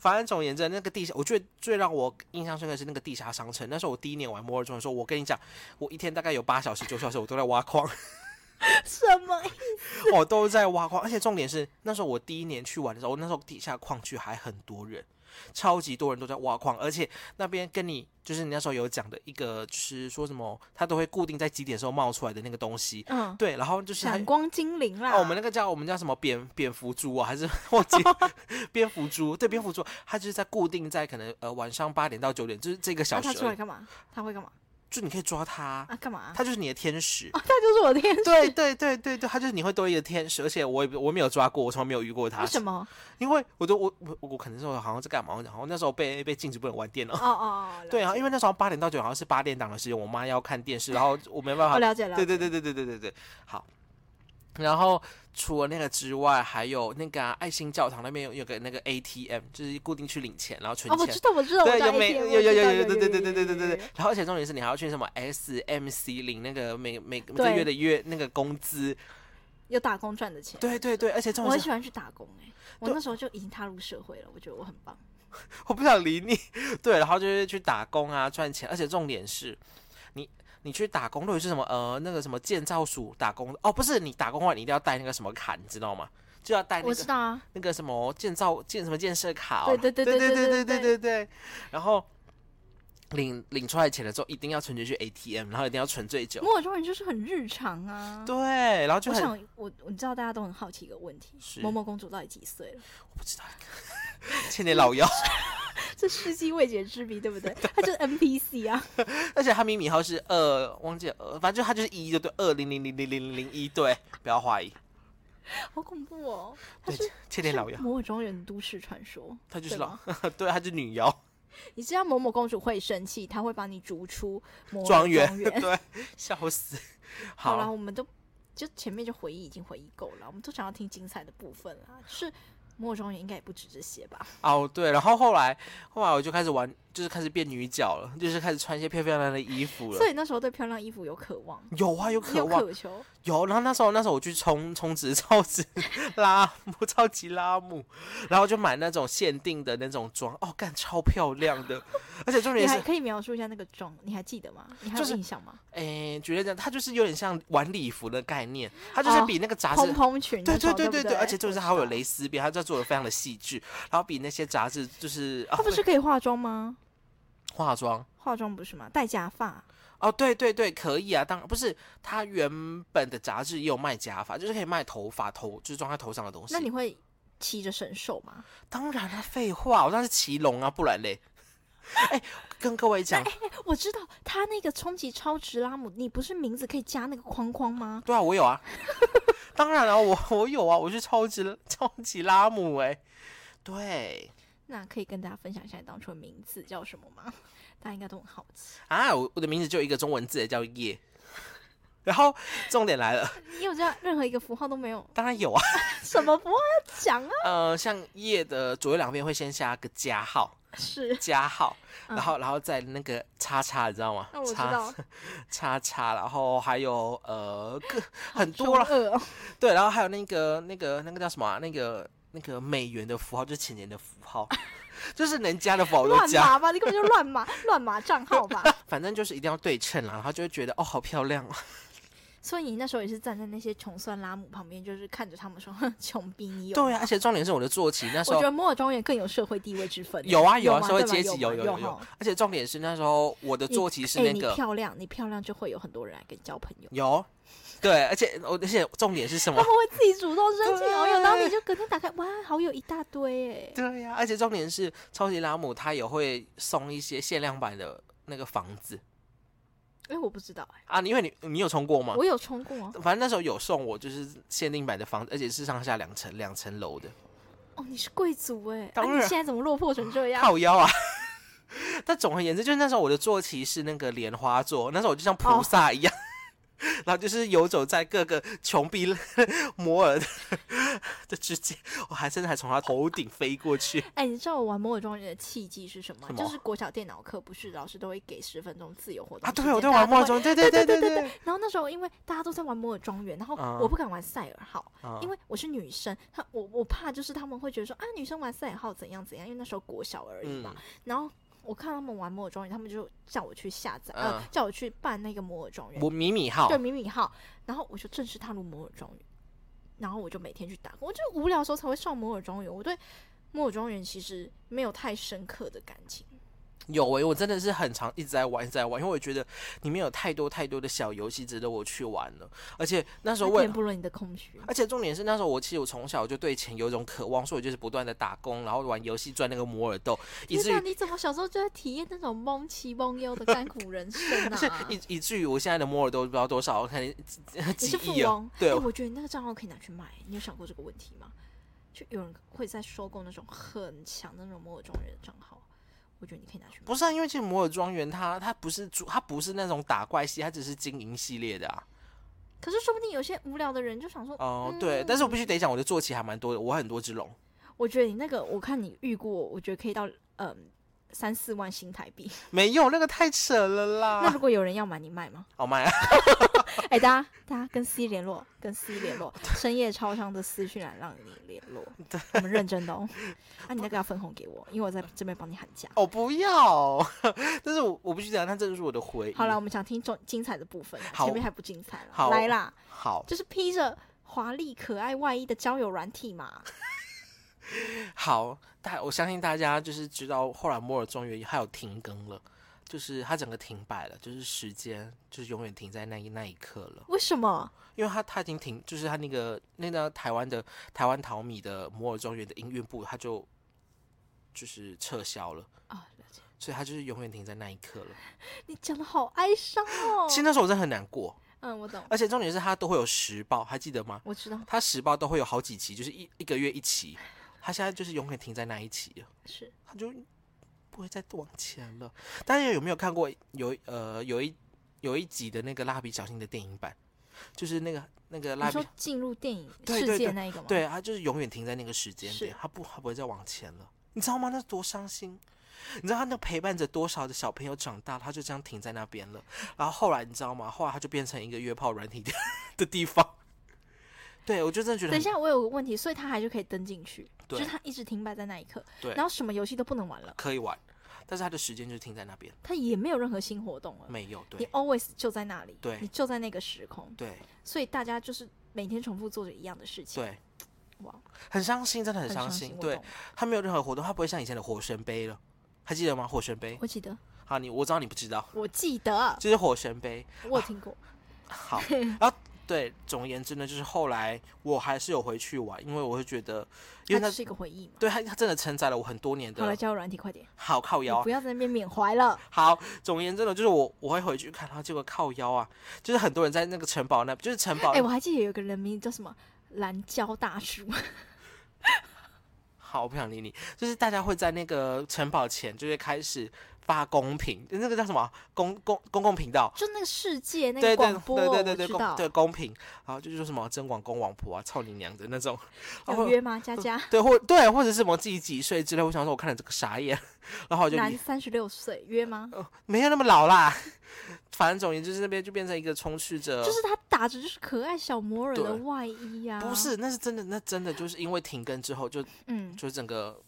S1: 反正总而言之，那个地下，我觉得最让我印象深刻的是那个地下商城。那时候我第一年玩摩尔庄园的时候，我跟你讲，我一天大概有八小时、九小时，我都在挖矿。
S2: 什么意
S1: 我都在挖矿，而且重点是那时候我第一年去玩的时候，那时候底下矿区还很多人，超级多人都在挖矿，而且那边跟你就是你那时候有讲的一个，就是说什么它都会固定在几点的时候冒出来的那个东西，
S2: 嗯，
S1: 对，然后就是还
S2: 闪光精灵啦，
S1: 哦，我们那个叫我们叫什么蝙蝙蝠猪啊，还是我记蝙蝠猪？对，蝙蝠猪，它就是在固定在可能呃晚上八点到九点，就是这个小
S2: 那
S1: 时
S2: 啊哦他出
S1: 而
S2: 来
S1: 已，
S2: 干嘛？他会干嘛？
S1: 就你可以抓它，
S2: 啊，干嘛？
S1: 它就是你的天使。
S2: 他就是我的天使，
S1: 对对对对对，它就是你会多一个天使，而且我也我没有抓过，我从来没有遇过它。
S2: 为 什？么？
S1: 因为我都我我我可能是我好像在干嘛，然后那时候被被禁止不能玩电脑
S2: 哦。哦，哦
S1: 对啊，
S2: 了解
S1: 因为那时候八点到九好像是八点档的时间，我妈要看电视，然后我没办法
S2: 哦，了解了解，
S1: 啊对对对对对对对对，好。然后除了那个之外，还有那个啊、爱心教堂那边有有个那个 ATM，就是固定去领钱，然后存
S2: 哦，我
S1: 钱。
S2: 知道，我知道，我
S1: 对，
S2: 知道
S1: 有没
S2: ATM
S1: 有
S2: 我
S1: 有有
S2: 知道
S1: 有
S2: 有
S1: 对对对对对对
S2: 有
S1: 对
S2: 有
S1: 对
S2: 有。
S1: 然后而且重点是你还要去什么 SMC 领那个每每每个
S2: 对
S1: 月的月那个工资。
S2: 有打工赚的钱，
S1: 对对对，而且重
S2: 我
S1: 点
S2: 很
S1: 是
S2: 喜欢去打工哎、我
S1: 对
S2: 那时候就已经踏入社会了，我觉得我很棒。
S1: 我不想理你。 对，然后就是去打工啊，赚钱，而且重点是，你你去打工，到底是什么呃那个什么建造署打工哦，不是你打工的话，你一定要带那个什么卡，你知道吗？就要哎带那
S2: 我
S1: 个
S2: 知道啊，
S1: 那个什么建造建什么建设卡、哦，
S2: 对对
S1: 对
S2: 对对
S1: 对
S2: 对
S1: 对
S2: 对
S1: 对对然后领领出来钱了之后，一定要存进去 ATM，然后一定要存最久。
S2: 摩尔庄园就是很日常啊。
S1: 对，然后就
S2: 我
S1: 很
S2: 想我我知道大家都很好奇一个问题
S1: 是：
S2: 某某公主到底几岁了？
S1: 不知道，千年老妖。
S2: 这世纪未解之谜，对不对？她就是 NPC 啊，
S1: 而且他迷你号是二，忘记了，呃反正就他就是一，就对，二零零零零零零一，对，不要怀疑，
S2: 好恐怖哦！她
S1: 对
S2: 是，
S1: 千年老妖
S2: 是，摩尔庄园都市传说，
S1: 她就是
S2: 对
S1: 老
S2: 吗，
S1: 对，她是女 妖
S2: 你知道某某公主会生气，她会把你逐出摩尔
S1: 庄园
S2: 园，。
S1: 对，笑 死。
S2: 好啦，
S1: 好
S2: 我们都就前面就回忆已经回忆够了，我们都想要听精彩的部分啦。就是《摩尔庄园》应该也不止这些吧？
S1: 哦，对，然后后来后来我就开始玩，就是开始变女角了，就是开始穿一些漂漂亮亮的衣服
S2: 所
S1: 了。
S2: 以那时候对漂亮衣服有渴 望，
S1: 有啊，有
S2: 你
S1: 渴
S2: 有
S1: 望，
S2: 渴求。
S1: 有。然后那时候那时候我去充充值，超值拉姆，超级拉姆，然后就买那种限定的那种妆，哦，干超漂亮的，而且重
S2: 你
S1: 点是
S2: 还，可以描述一下那个妆，你还记得吗？你还
S1: 就
S2: 有
S1: 是
S2: 印象吗？
S1: 诶，举例讲，它就是有点像晚礼服的概念，它就是
S2: 哦
S1: 比那个杂志。
S2: 蓬蓬裙
S1: 对
S2: 那
S1: 对
S2: 种，
S1: 对
S2: 对不
S1: 对，而且就是它会有。
S2: 我知
S1: 蕾丝边，它就做的非常的细致，然后比那些杂志就是
S2: 道
S1: 啊
S2: 她不是可以化妆吗？
S1: 化妆
S2: 化妆不是吗？戴假发，
S1: 哦，对对对，可以啊，当然不是它原本的杂志也有卖假发，就是可以卖头发头，就是装在头上的东西。
S2: 那你会骑着神兽吗？
S1: 当然啊，废话，我当然是骑龙啊，不然嘞。哎，跟各位讲，
S2: 我知道他那个冲击超值拉姆，你不是名字可以加那个框框吗？
S1: 对啊，我有啊， 当然啊，我我有啊，我是超级超级拉姆哎、对。
S2: 那可以跟大家分享一下你当初的名字叫什么吗？大家应该都很好奇。
S1: 啊，我我的名字就一个中文字，叫叶。 然后重点来了，
S2: 你有这样任何一个符号都没有？
S1: 当然有啊，
S2: 什么符号 要讲啊？
S1: 呃，像叶的左右两边会先下个加号，
S2: 是，
S1: 加号，
S2: 嗯
S1: 然后然后再那个叉叉，你知道吗
S2: 那我？知
S1: 叉
S2: 道，
S1: 叉叉，然后还有呃 各很
S2: 中
S1: 多了，
S2: 二哦。
S1: 对，然后还有那个那个那个叫什么啊、那个那个美元的符号，就是钱钱的符 号，就是能加的符号我都
S2: 乱
S1: 加，
S2: 码吧，你根本就乱码，乱码账号 吧。
S1: 反正就是一定要对称啦，然后就会觉得哦好漂亮哦，
S2: 所以你那时候也是站在那些穷酸拉姆旁边，就是看着他们说：“哼，穷逼，你有。”
S1: 对啊，而且重点是我的坐骑那时
S2: 我
S1: 候
S2: 觉得摩尔庄园更有社会地位之分。
S1: 有啊
S2: 有
S1: 有啊，
S2: 吗
S1: 社会
S2: 对吧
S1: 阶级
S2: 有
S1: 有有
S2: 吗有
S1: 有有
S2: 哈，
S1: 而且重点是那时候我的
S2: 你
S1: 坐骑是
S2: 哎
S1: 那
S2: 你
S1: 个
S2: 漂亮，你漂亮就会有很多人来跟你交朋 友。
S1: 有，对，而且我而且重点是什
S2: 他
S1: 么
S2: 们？会 自己主动申请好友，
S1: 嗯对
S2: 然后你就隔天打开，哇，好友一大堆哎。
S1: 对呀、而且重点是超级拉姆他也会送一些限量版的那个房子
S2: 哎，我不知道哎，
S1: 啊，因为你你有冲过吗？
S2: 我有冲过啊。
S1: 反正那时候有送我就是限定版的房子，而且是上下两层两层楼的，
S2: 哦，你是贵族哎，啊
S1: 当
S2: 你
S1: 然
S2: 现在怎么落魄成这样？
S1: 靠腰啊。 但总而言之，就是那时候我的坐骑是那个莲花座，那时候我就像菩
S2: 哦
S1: 萨一样。 然后就是游走在各个穷逼 摩尔的的之间，我还甚至还从他头顶飞过去。
S2: 哎，你知道我玩摩尔庄园的契机是什么吗？
S1: 什么
S2: 就是国小电脑课，不是老师都会给十分钟自由活动
S1: 啊，
S2: 时间
S1: 对，我在玩摩尔。
S2: 大家都会
S1: 庄，对对对对对，
S2: 然后那时候因为大家都在玩摩尔庄园，然后
S1: 啊
S2: 我不敢玩赛尔号，
S1: 啊
S2: 因为我是女生，她我我怕就是他们会觉得说啊，女生玩赛尔号怎样怎样，因为那时候国小而已嘛。
S1: 嗯
S2: 然后我看他们玩摩尔庄园，他们就叫我去下载，
S1: 嗯
S2: 呃，叫我去办那个摩尔庄园，
S1: 我米米号
S2: 对，迷你号。然后我就正式踏入摩尔庄园。然后我就每天去打工，我就无聊的时候才会上摩尔庄园。我对摩尔庄园其实没有太深刻的感情。
S1: 有诶、我真的是很常一直在玩，一直在玩，因为我觉得里面有太多太多的小游戏值得我去玩了。而且那时候
S2: 它
S1: 我也
S2: 填补了你的空虚。
S1: 而且重点是那时候我其实我从小就对钱有一种渴望，所以我就是不断的打工，然后玩游戏赚那个摩尔豆， 以至
S2: 天哪，
S1: 于
S2: 你怎么小时候就在体验那种蒙奇蒙忧的甘苦人生
S1: 而且
S2: 啊？
S1: 以以至于我现在的摩尔豆不知道多少，我看
S2: 你
S1: 几
S2: 是富
S1: 亿啊，
S2: 翁，
S1: 对
S2: 哎我觉得你那个账号可以拿去卖。你有想过这个问题吗？就有人会在收购那种很强的那种摩尔庄园的账号，我觉得你可以拿去卖。
S1: 不是啊，因为其实摩尔庄园它它不是主，它不是那种打怪系，它只是经营系列的啊。
S2: 可是说不定有些无聊的人就想说，
S1: 哦、对，但是我必须得讲，我的坐骑还蛮多的，我很多只龙。
S2: 我觉得你那个，我看你预估，我觉得可以到嗯三四万新台币。
S1: 没有那个太扯了
S2: 那
S1: 啦
S2: 如，果有人要买，你卖 吗？
S1: 好卖啊！
S2: 哎、大家大家跟 C 联络，跟 C 联络，深夜超商的私讯来让你联络，我们认真 的哦。啊，你那个要分红给我，因为我在这边帮你喊价。
S1: 我、哦不要， 但是我我必须讲，它这就是我的回忆。
S2: 好了，我，们想听中精彩的部分啦，啊
S1: 好
S2: 前面还不精彩了，
S1: 好
S2: 来啦，
S1: 好
S2: 就是披着华丽可爱外衣的交友软体嘛。
S1: 好，大我相信大家就是知道，后来摩尔庄园还有停更了，就是它整个停摆了，就是时间就是永远停在那一那一刻了。
S2: 为什么？
S1: 因为他他已经停，就是他那个那个台湾的台湾淘米的摩尔庄园的音乐部，他就就是撤销了，
S2: 啊、了解。
S1: 所以他就是永远停在那一刻了。
S2: 你讲的好哀伤哦
S1: 其。实那时候我真的很难过，
S2: 嗯，我懂，
S1: 而且重点是他都会有时报，还记得吗？
S2: 我知道，
S1: 他时报都会有好几期，就是一一个月一期，他现在就是永远停在那一期了，
S2: 是。
S1: 他就不会再往前了。大家有没有看过有呃有一有一集的那个蜡笔小新的电影版？就是那个那个蜡
S2: 你
S1: 笔
S2: 说进入电影
S1: 对
S2: 世
S1: 对
S2: 界
S1: 对
S2: 那一个吗？
S1: 对，他就是永远停在那个时间
S2: 是
S1: 点，他不，他不会再往前了，你知道吗？那多伤心！你知道他那陪伴着多少的小朋友长大，他就这样停在那边了。然后后来你知道吗？后来他就变成一个约炮软体的 的地方。对，我就真的觉得
S2: 等一
S1: 很，
S2: 下，我有个问题，所以他还就可以登进去，就
S1: 对
S2: 是他一直停摆在那一刻，
S1: 对
S2: 然后什么游戏都不能玩了，
S1: 可以玩，但是他的时间就停在那边，
S2: 他也没有任何新活动了，
S1: 没有
S2: 你
S1: 对
S2: always 就在那里，
S1: 对
S2: 你就在那个时空，
S1: 对
S2: 所以大家就是每天重复做着一样的事情，，
S1: 对，
S2: 哇，
S1: 很伤心，真的很
S2: 很
S1: 伤
S2: 心，
S1: 心。
S2: 我
S1: 对
S2: 懂，
S1: 他没有任何活动，他不会像以前的火神杯了，还记得吗？火神杯，
S2: 我记得，
S1: 好，你我知道你不知道，
S2: 我 记得，
S1: 就是火神杯，
S2: 我有听过，
S1: 啊 好，然后对，总而言之呢，就是后来我还是有回去玩，因为我会觉得，因为
S2: 它
S1: 它
S2: 只是一个回忆嘛。
S1: 对它它真的承载了我很多年
S2: 好了，
S1: 的
S2: 交友软体，快点，
S1: 好靠
S2: 你
S1: 腰啊
S2: 不。要在那边缅怀了。
S1: 好，总而言之呢，就是我我会回去看，然后结果靠腰啊，就是很多人在那个城堡那，就是城堡
S2: 哎、，我还记得有个人名叫什么蓝胶大叔，
S1: 好，我不想理你，就是大家会在那个城堡前就会开始发公屏，那个叫什么啊公公公共频道。
S2: 就那个世界那
S1: 对对
S2: 个广播，
S1: 对对对对
S2: 我知道
S1: 公。对公平，然后就是说什么真广公王婆啊，操你娘的那种， 然后
S2: 有约吗？佳佳，
S1: 对，或对，或者是什么自己几岁之类，我想说，我看了这个傻眼， 然后我就呃
S2: 男三十六岁约吗？
S1: 没有那么老啦。 反正总而言之，就是那边就变成一个充斥着，
S2: 就是他打着就是可爱小魔人的
S1: 呃对
S2: 外衣啊呀、
S1: 不，是，那是真的，那真的就是因为停更之后就，就
S2: 嗯，
S1: 整个，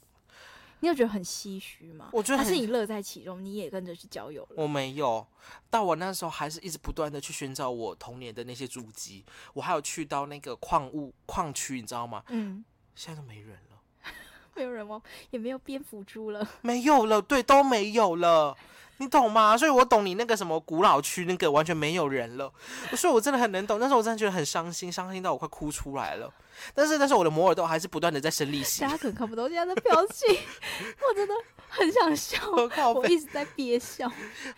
S2: 你有觉得很唏嘘吗？
S1: 我觉得
S2: 还是你
S1: 很，
S2: 乐在其中，你也跟着去交友了。
S1: 我没有，但我那时候还是一直不断的去寻找我童年的那些足迹，我还有去到那个矿物矿区，你知道吗？
S2: 嗯，
S1: 现在都没人了。
S2: 没有人哦，也没有蝙蝠猪了。
S1: 没有了，对，都没有了，你懂吗？所以我懂你那个什么古老区那个完全没有人了，所以我真的很能懂。那时候我真的觉得很伤心，伤心到我快哭出来了。但是，但是我的摩尔豆还是不断的在生利息
S2: 大，家可能看不懂现在的表情， 我真的很想笑，
S1: 靠
S2: 我
S1: 背。
S2: 一直在憋笑，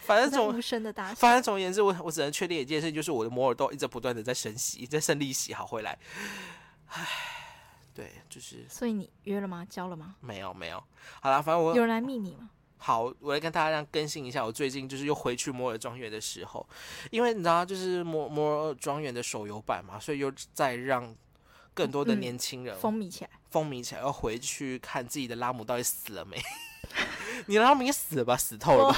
S1: 反
S2: 我
S1: 正
S2: 在
S1: 总
S2: 无声的大笑。
S1: 反正总而言之，我我只能确定一件事，就是我的摩尔豆一直不断的在生息，在生利息，好回来。唉，对，就是
S2: 所以你约了吗？交了吗？
S1: 没有没有。好啦，反正我
S2: 有人来密你吗？
S1: 好，我来跟大家这样更新一下，我最近就是又回去摩尔庄园的时候，因为你知道，就是摩摩尔庄园的手游版嘛，所以又再让更多的
S2: 嗯
S1: 年轻人
S2: 风靡起来，
S1: 风靡起来，要回去看自己的拉姆到底死了没。 你拉姆也死了吧，死透了吧。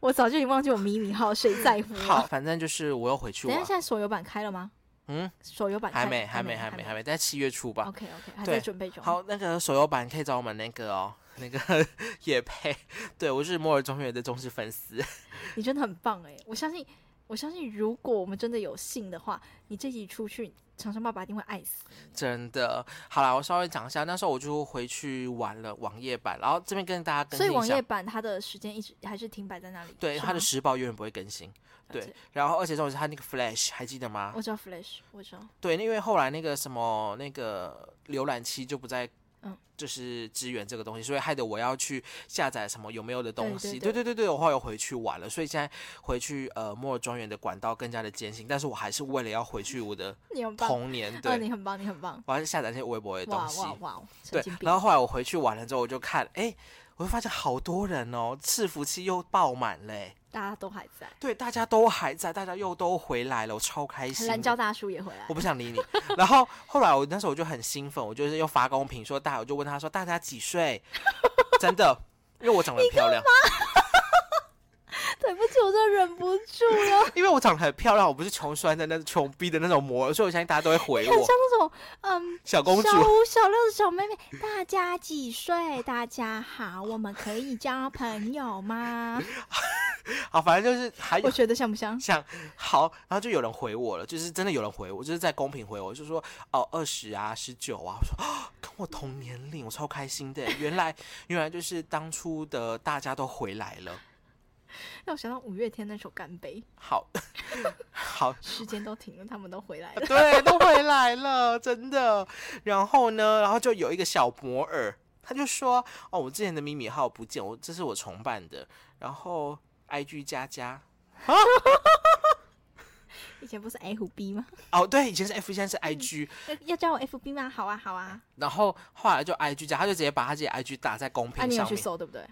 S2: 我早就已经忘记我迷你号，谁在乎、啊？
S1: 好，反正就是我又回去
S2: 等一下，
S1: 玩
S2: 现，在手游版开了吗？
S1: 嗯，
S2: 手游版开
S1: 还没，还没，
S2: 没，
S1: 还
S2: 没哦
S1: 没，还没，在七月初吧。
S2: OK OK，还
S1: 对
S2: 在准备中。，
S1: 好，那个手游版可以找我们那个哦，那个 也配。对我是摩尔庄园的忠实粉丝，
S2: 你欸真的很棒哎！我相信，我相信，如果我们真的有幸的话，你这集出去长生爸爸一定会爱死。
S1: 真的。好啦，我稍微讲一下，那时候我就回去玩了网页版，然后这边跟大家更
S2: 所以
S1: 新一
S2: 网
S1: 下
S2: 页。版它的时间一直还是停摆在那里。
S1: 对，
S2: 是
S1: 它的
S2: 吗
S1: 时报永远不会更新。
S2: 了
S1: 对
S2: 解，
S1: 然后而且重点是它那个 Flash 还记得吗？
S2: 我知道 Flash，我知道。
S1: 对，因为后来那个什么那个浏览器就不再。
S2: 嗯
S1: 就是支援这个东西，所以害得我要去下载什么有没有的东西。
S2: 对对
S1: 对对对，我后来又回去玩了，所以现在回去呃摩尔庄园的管道更加的艰辛，但是我还是为了要回去我 的
S2: 你很棒，
S1: 童年，
S2: 哦，
S1: 对，
S2: 你很棒，你很棒。
S1: 我还是下载那些微博的东
S2: 哇
S1: 西。
S2: 哇哇！神
S1: 对
S2: 经，病
S1: 然后后来我回去玩了之后，我就看，哎，我就发现好多人哦，伺服器又爆满嘞、
S2: 大家都还在，
S1: 对，大家都还在，大家又都回来了，我超开心的。
S2: 蓝椒大叔也回来
S1: 我。不想理你。然后后来我那时候我就很兴奋，我就是又发公屏说大，我就问他说大家几岁？真的，因为我长得很漂亮，
S2: 对不起，我真的忍不住 了。
S1: 因为我长得很漂亮，我不是穷酸的那种穷逼的那种模，所以我相信大家都会回
S2: 很像
S1: 我
S2: 那种嗯，
S1: 小公主。
S2: 小五、小六的小妹妹，大家几岁？大家好，我们可以交朋 友吗？
S1: 好，反正就是还有
S2: 我觉得像不像？
S1: 像好，然后就有人回我了，就是真的有人回我，就是在公屏回我，就说哦二十啊十九啊，我说啊跟我同年龄，我超开心的耶，欸原来原来就是当初的大家都回来了，
S2: 让我想到五月天那首《干杯
S1: 好 好》，
S2: 时间都停了，他们都回来了。
S1: 对，都回来了，真的。然后呢，然后就有一个小摩尔，他就说：“哦，我之前的秘密号不见，我这是我重办的。”然后 IG 加加，
S2: 以前不是 FB 吗？
S1: 哦，对，以前是 F 现在是 IG，、
S2: 要 要加我 FB 吗？好啊，好啊。
S1: 然后后来就 IG 加，他就直接把他自己的 IG 打在公
S2: 啊，
S1: 屏哎
S2: 你有
S1: 上
S2: 去
S1: 面。
S2: 搜对不对？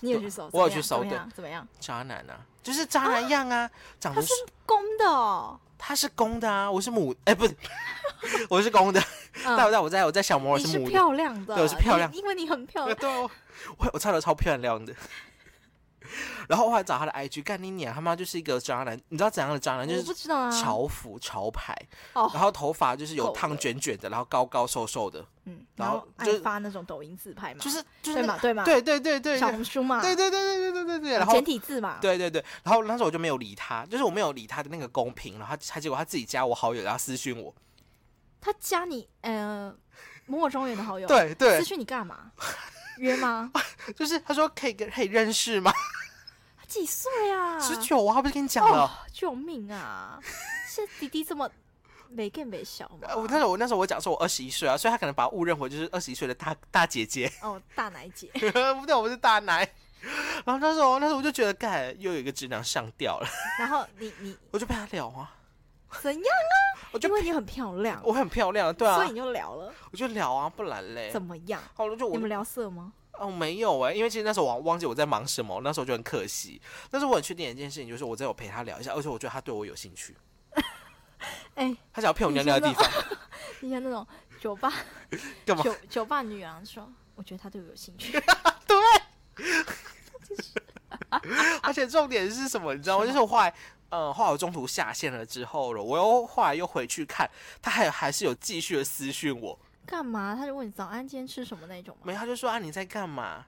S2: 你有去搜？
S1: 我有去
S2: 怎么
S1: 搜
S2: 样怎么样？
S1: 渣男啊，就是渣男样啊，长
S2: 它
S1: 得
S2: 是公的哦。
S1: 他是公的啊，我是母，哎、不是， 我是公的，
S2: 嗯
S1: 但我但我在我在小摩尔
S2: 你
S1: 是母的。
S2: 漂亮的，
S1: 对我是漂亮
S2: 你因为你很 漂亮。
S1: 对哦，我我唱的超漂亮的。 然后我还找他的 IG，干你娘他妈就是一个渣男，你知道怎样的渣男就
S2: 我
S1: 是
S2: 不知道啊。
S1: 潮服潮牌，
S2: 哦
S1: 然后头发就是有
S2: 够
S1: 烫
S2: 了
S1: 卷卷的，然后高高瘦瘦的，
S2: 嗯，
S1: 然
S2: 然
S1: 后
S2: 后爱
S1: 就是
S2: 发那种抖音自拍嘛，
S1: 就是就是
S2: 对
S1: 那
S2: 嘛对嘛，
S1: 对对对对
S2: 小啊
S1: 对
S2: 红书嘛，嗯
S1: 对对对对对对对，然后
S2: 简体字嘛，
S1: 对对对，然后那时候我就没有理他，就是我没有理他的那个公屏，然后他他结果他自己加我好友，然后私讯我，
S2: 他加你呃摩尔庄园的好友，，
S1: 对对
S2: 私，讯你干嘛？约吗？
S1: 就是他说可以跟可以认识吗？
S2: 他几岁啊？
S1: 十九啊，他不是跟你讲了
S2: 哦。，救命 啊！现在弟弟这么没更没小嘛
S1: 呃，我那时候我那时候我讲说我二十一岁啊，所以他可能把我误认为就是二十一岁的大大姐姐，
S2: 哦，大奶姐，
S1: 不对，我是大奶。然后那时候那时候我就觉得，干又有一个直男上吊了，
S2: 然后你你
S1: 我就被他聊啊，
S2: 怎样啊？
S1: 我就
S2: 因为你很漂亮，
S1: 我很漂亮，对啊
S2: 所以，你就聊了，
S1: 我就聊啊，不然嘞
S2: 怎，么样？
S1: 好了就
S2: 你
S1: 我
S2: 们聊色吗？
S1: 哦没有哎、因为其实那时候我忘记我在忙什么，那时候就很可惜。但是我很确定一件事情，就是我真的有陪他聊一下，而且我觉得他对我有兴趣，
S2: 哎，
S1: 他想要骗我尿尿的地方，
S2: 哦你像那种 酒吧
S1: 干嘛
S2: 酒酒吧女郎说，我觉得她对我有兴 趣。
S1: 而且重点是什么，你知道吗？就是我后来，嗯，后来我中途下线了之后了，我又后来又回去看，他还有还是有继续的私讯我，
S2: 干嘛？他就问你早安，今天吃什么那种吗？
S1: 没他就说啊你在干嘛？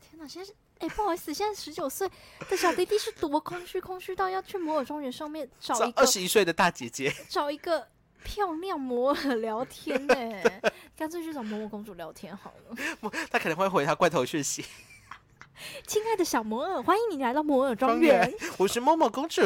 S2: 天哪，现在是哎、不好意思，现在十九岁的小弟弟是多空虚，空虚到要去摩尔庄园上面找
S1: 找
S2: 一
S1: 二
S2: 个
S1: 十一岁的大姐姐，
S2: 找一个漂亮摩尔聊天呢、干脆去找摩尔公主聊天好了。
S1: 他可能会回他罐头讯息，
S2: 亲爱的小摩尔，欢迎你来到摩尔庄
S1: 园
S2: 园。
S1: 我是某某公主。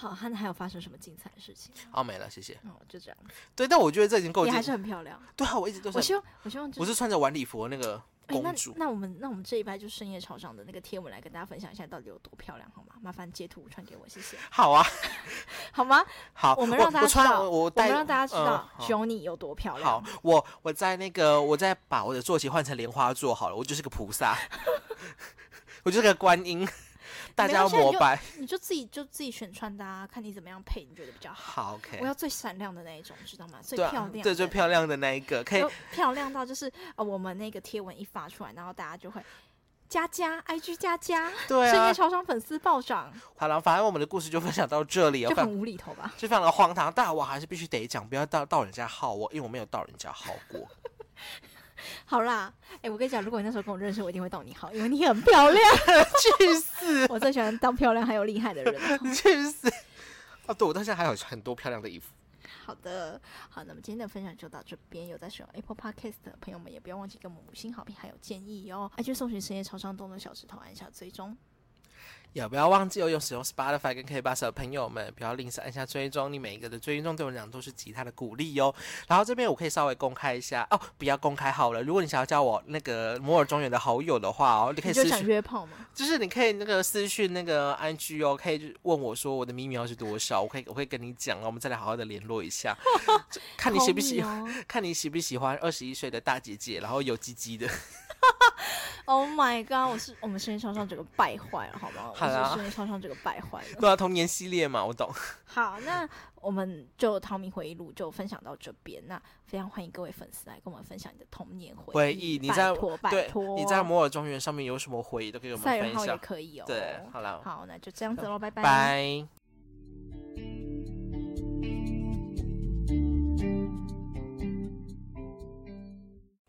S2: 好，汉还有发生什么精彩的事情？
S1: 哦，没了，谢谢。
S2: 哦，就这样。
S1: 对，但我觉得这已经够
S2: 你
S1: 精
S2: 还是很漂亮。
S1: 对啊，我一直都
S2: 我
S1: 是，
S2: 希望，我希望就
S1: 我
S2: 是。
S1: 是穿着晚礼服的那个
S2: 哎，那
S1: 公主。
S2: 那我们那我们这一拜就深夜超商的那个贴文来跟大家分享一下到底有多漂亮好吗？麻烦截图传给我，谢 谢，
S1: 好啊，
S2: 好吗？
S1: 好，
S2: 我们让大家
S1: 我穿
S2: 知道
S1: 我我
S2: 我
S1: 带
S2: 们让大家知道
S1: 嗯好
S2: Johnny 有多漂亮。
S1: 好，我我在那个我再把我的坐骑换成莲花座好了，我就是个菩萨， 我就是个观音，大家要膜拜。
S2: 你就自己就自己选穿搭、啊看你怎么样配，你觉得比较好。
S1: 好
S2: 我
S1: ，OK，
S2: 要最闪亮的那一种，知道吗？最
S1: 对
S2: 漂
S1: 啊
S2: 亮的，，
S1: 对，最漂亮的那一个，可以
S2: 就漂亮到就是呃，我们那个贴文一发出来，然后大家就会加加 IG 加加，
S1: 对
S2: 深
S1: 啊
S2: 夜。超商粉丝暴涨，
S1: 好了，反正我们的故事就分享到这里，
S2: 就
S1: 非
S2: 很
S1: 常
S2: 无厘头吧？
S1: 就非常的荒唐，但我还是必须得讲，不要到到人家耗我，因为我没有到人家耗 过。
S2: 好啦，哎、我跟你讲，如果你那时候跟我认识，我一定会逗你好，因为你很漂亮，
S1: 去死，
S2: 我最喜欢当漂亮还有厉害的人了。
S1: 去死！哦，对我到现在还有很多漂亮的衣服。
S2: 好的，好，那么今天的分享就到这边。有在使用 Apple Podcast 的朋友们，也不要忘记给我们五星好评还有建议哦。IG 搜寻深夜超商动的小石头，按下追踪。
S1: 也不要忘记哦，有使用 Spotify 跟 K 八十的朋友们，不要吝啬按下追踪，你每一个的追踪对我来讲都是极大的鼓励哦。然后这边我可以稍微公开一下哦，不要公开好了。如果你想要加我那个摩尔庄园的好友的话哦，你可
S2: 你
S1: 以
S2: 就
S1: 私
S2: 想
S1: 讯，
S2: 约炮吗？
S1: 就是你可以那个私讯那个 IG 哦，可以问我说我的秘密要是多少，我可以我会跟你讲，然后我们再来好好的联络一 下，就看你喜不喜欢，
S2: 欢
S1: 看你喜不喜欢二十一岁的大姐姐，然后有鸡鸡的。
S2: ？Oh my god！我是我们深夜超商整个败坏了，好吗？
S1: 好
S2: 我
S1: 啦
S2: 是深夜超商整个败坏 了。
S1: 对啊，童年系列嘛，我懂。
S2: 好，那我们就逃迷回忆录就分享到这边。那非常欢迎各位粉丝来跟我们分享你的童年回
S1: 回
S2: 忆
S1: 忆你
S2: 拜
S1: 在
S2: 托拜
S1: 对
S2: 托，，
S1: 你在摩尔庄园上面有什么回忆都可以跟我
S2: 赛
S1: 们
S2: 人
S1: 分
S2: 号也
S1: 享。
S2: 可以哦。
S1: 对，好了，
S2: 好，那就这样子喽，拜拜。
S1: 拜。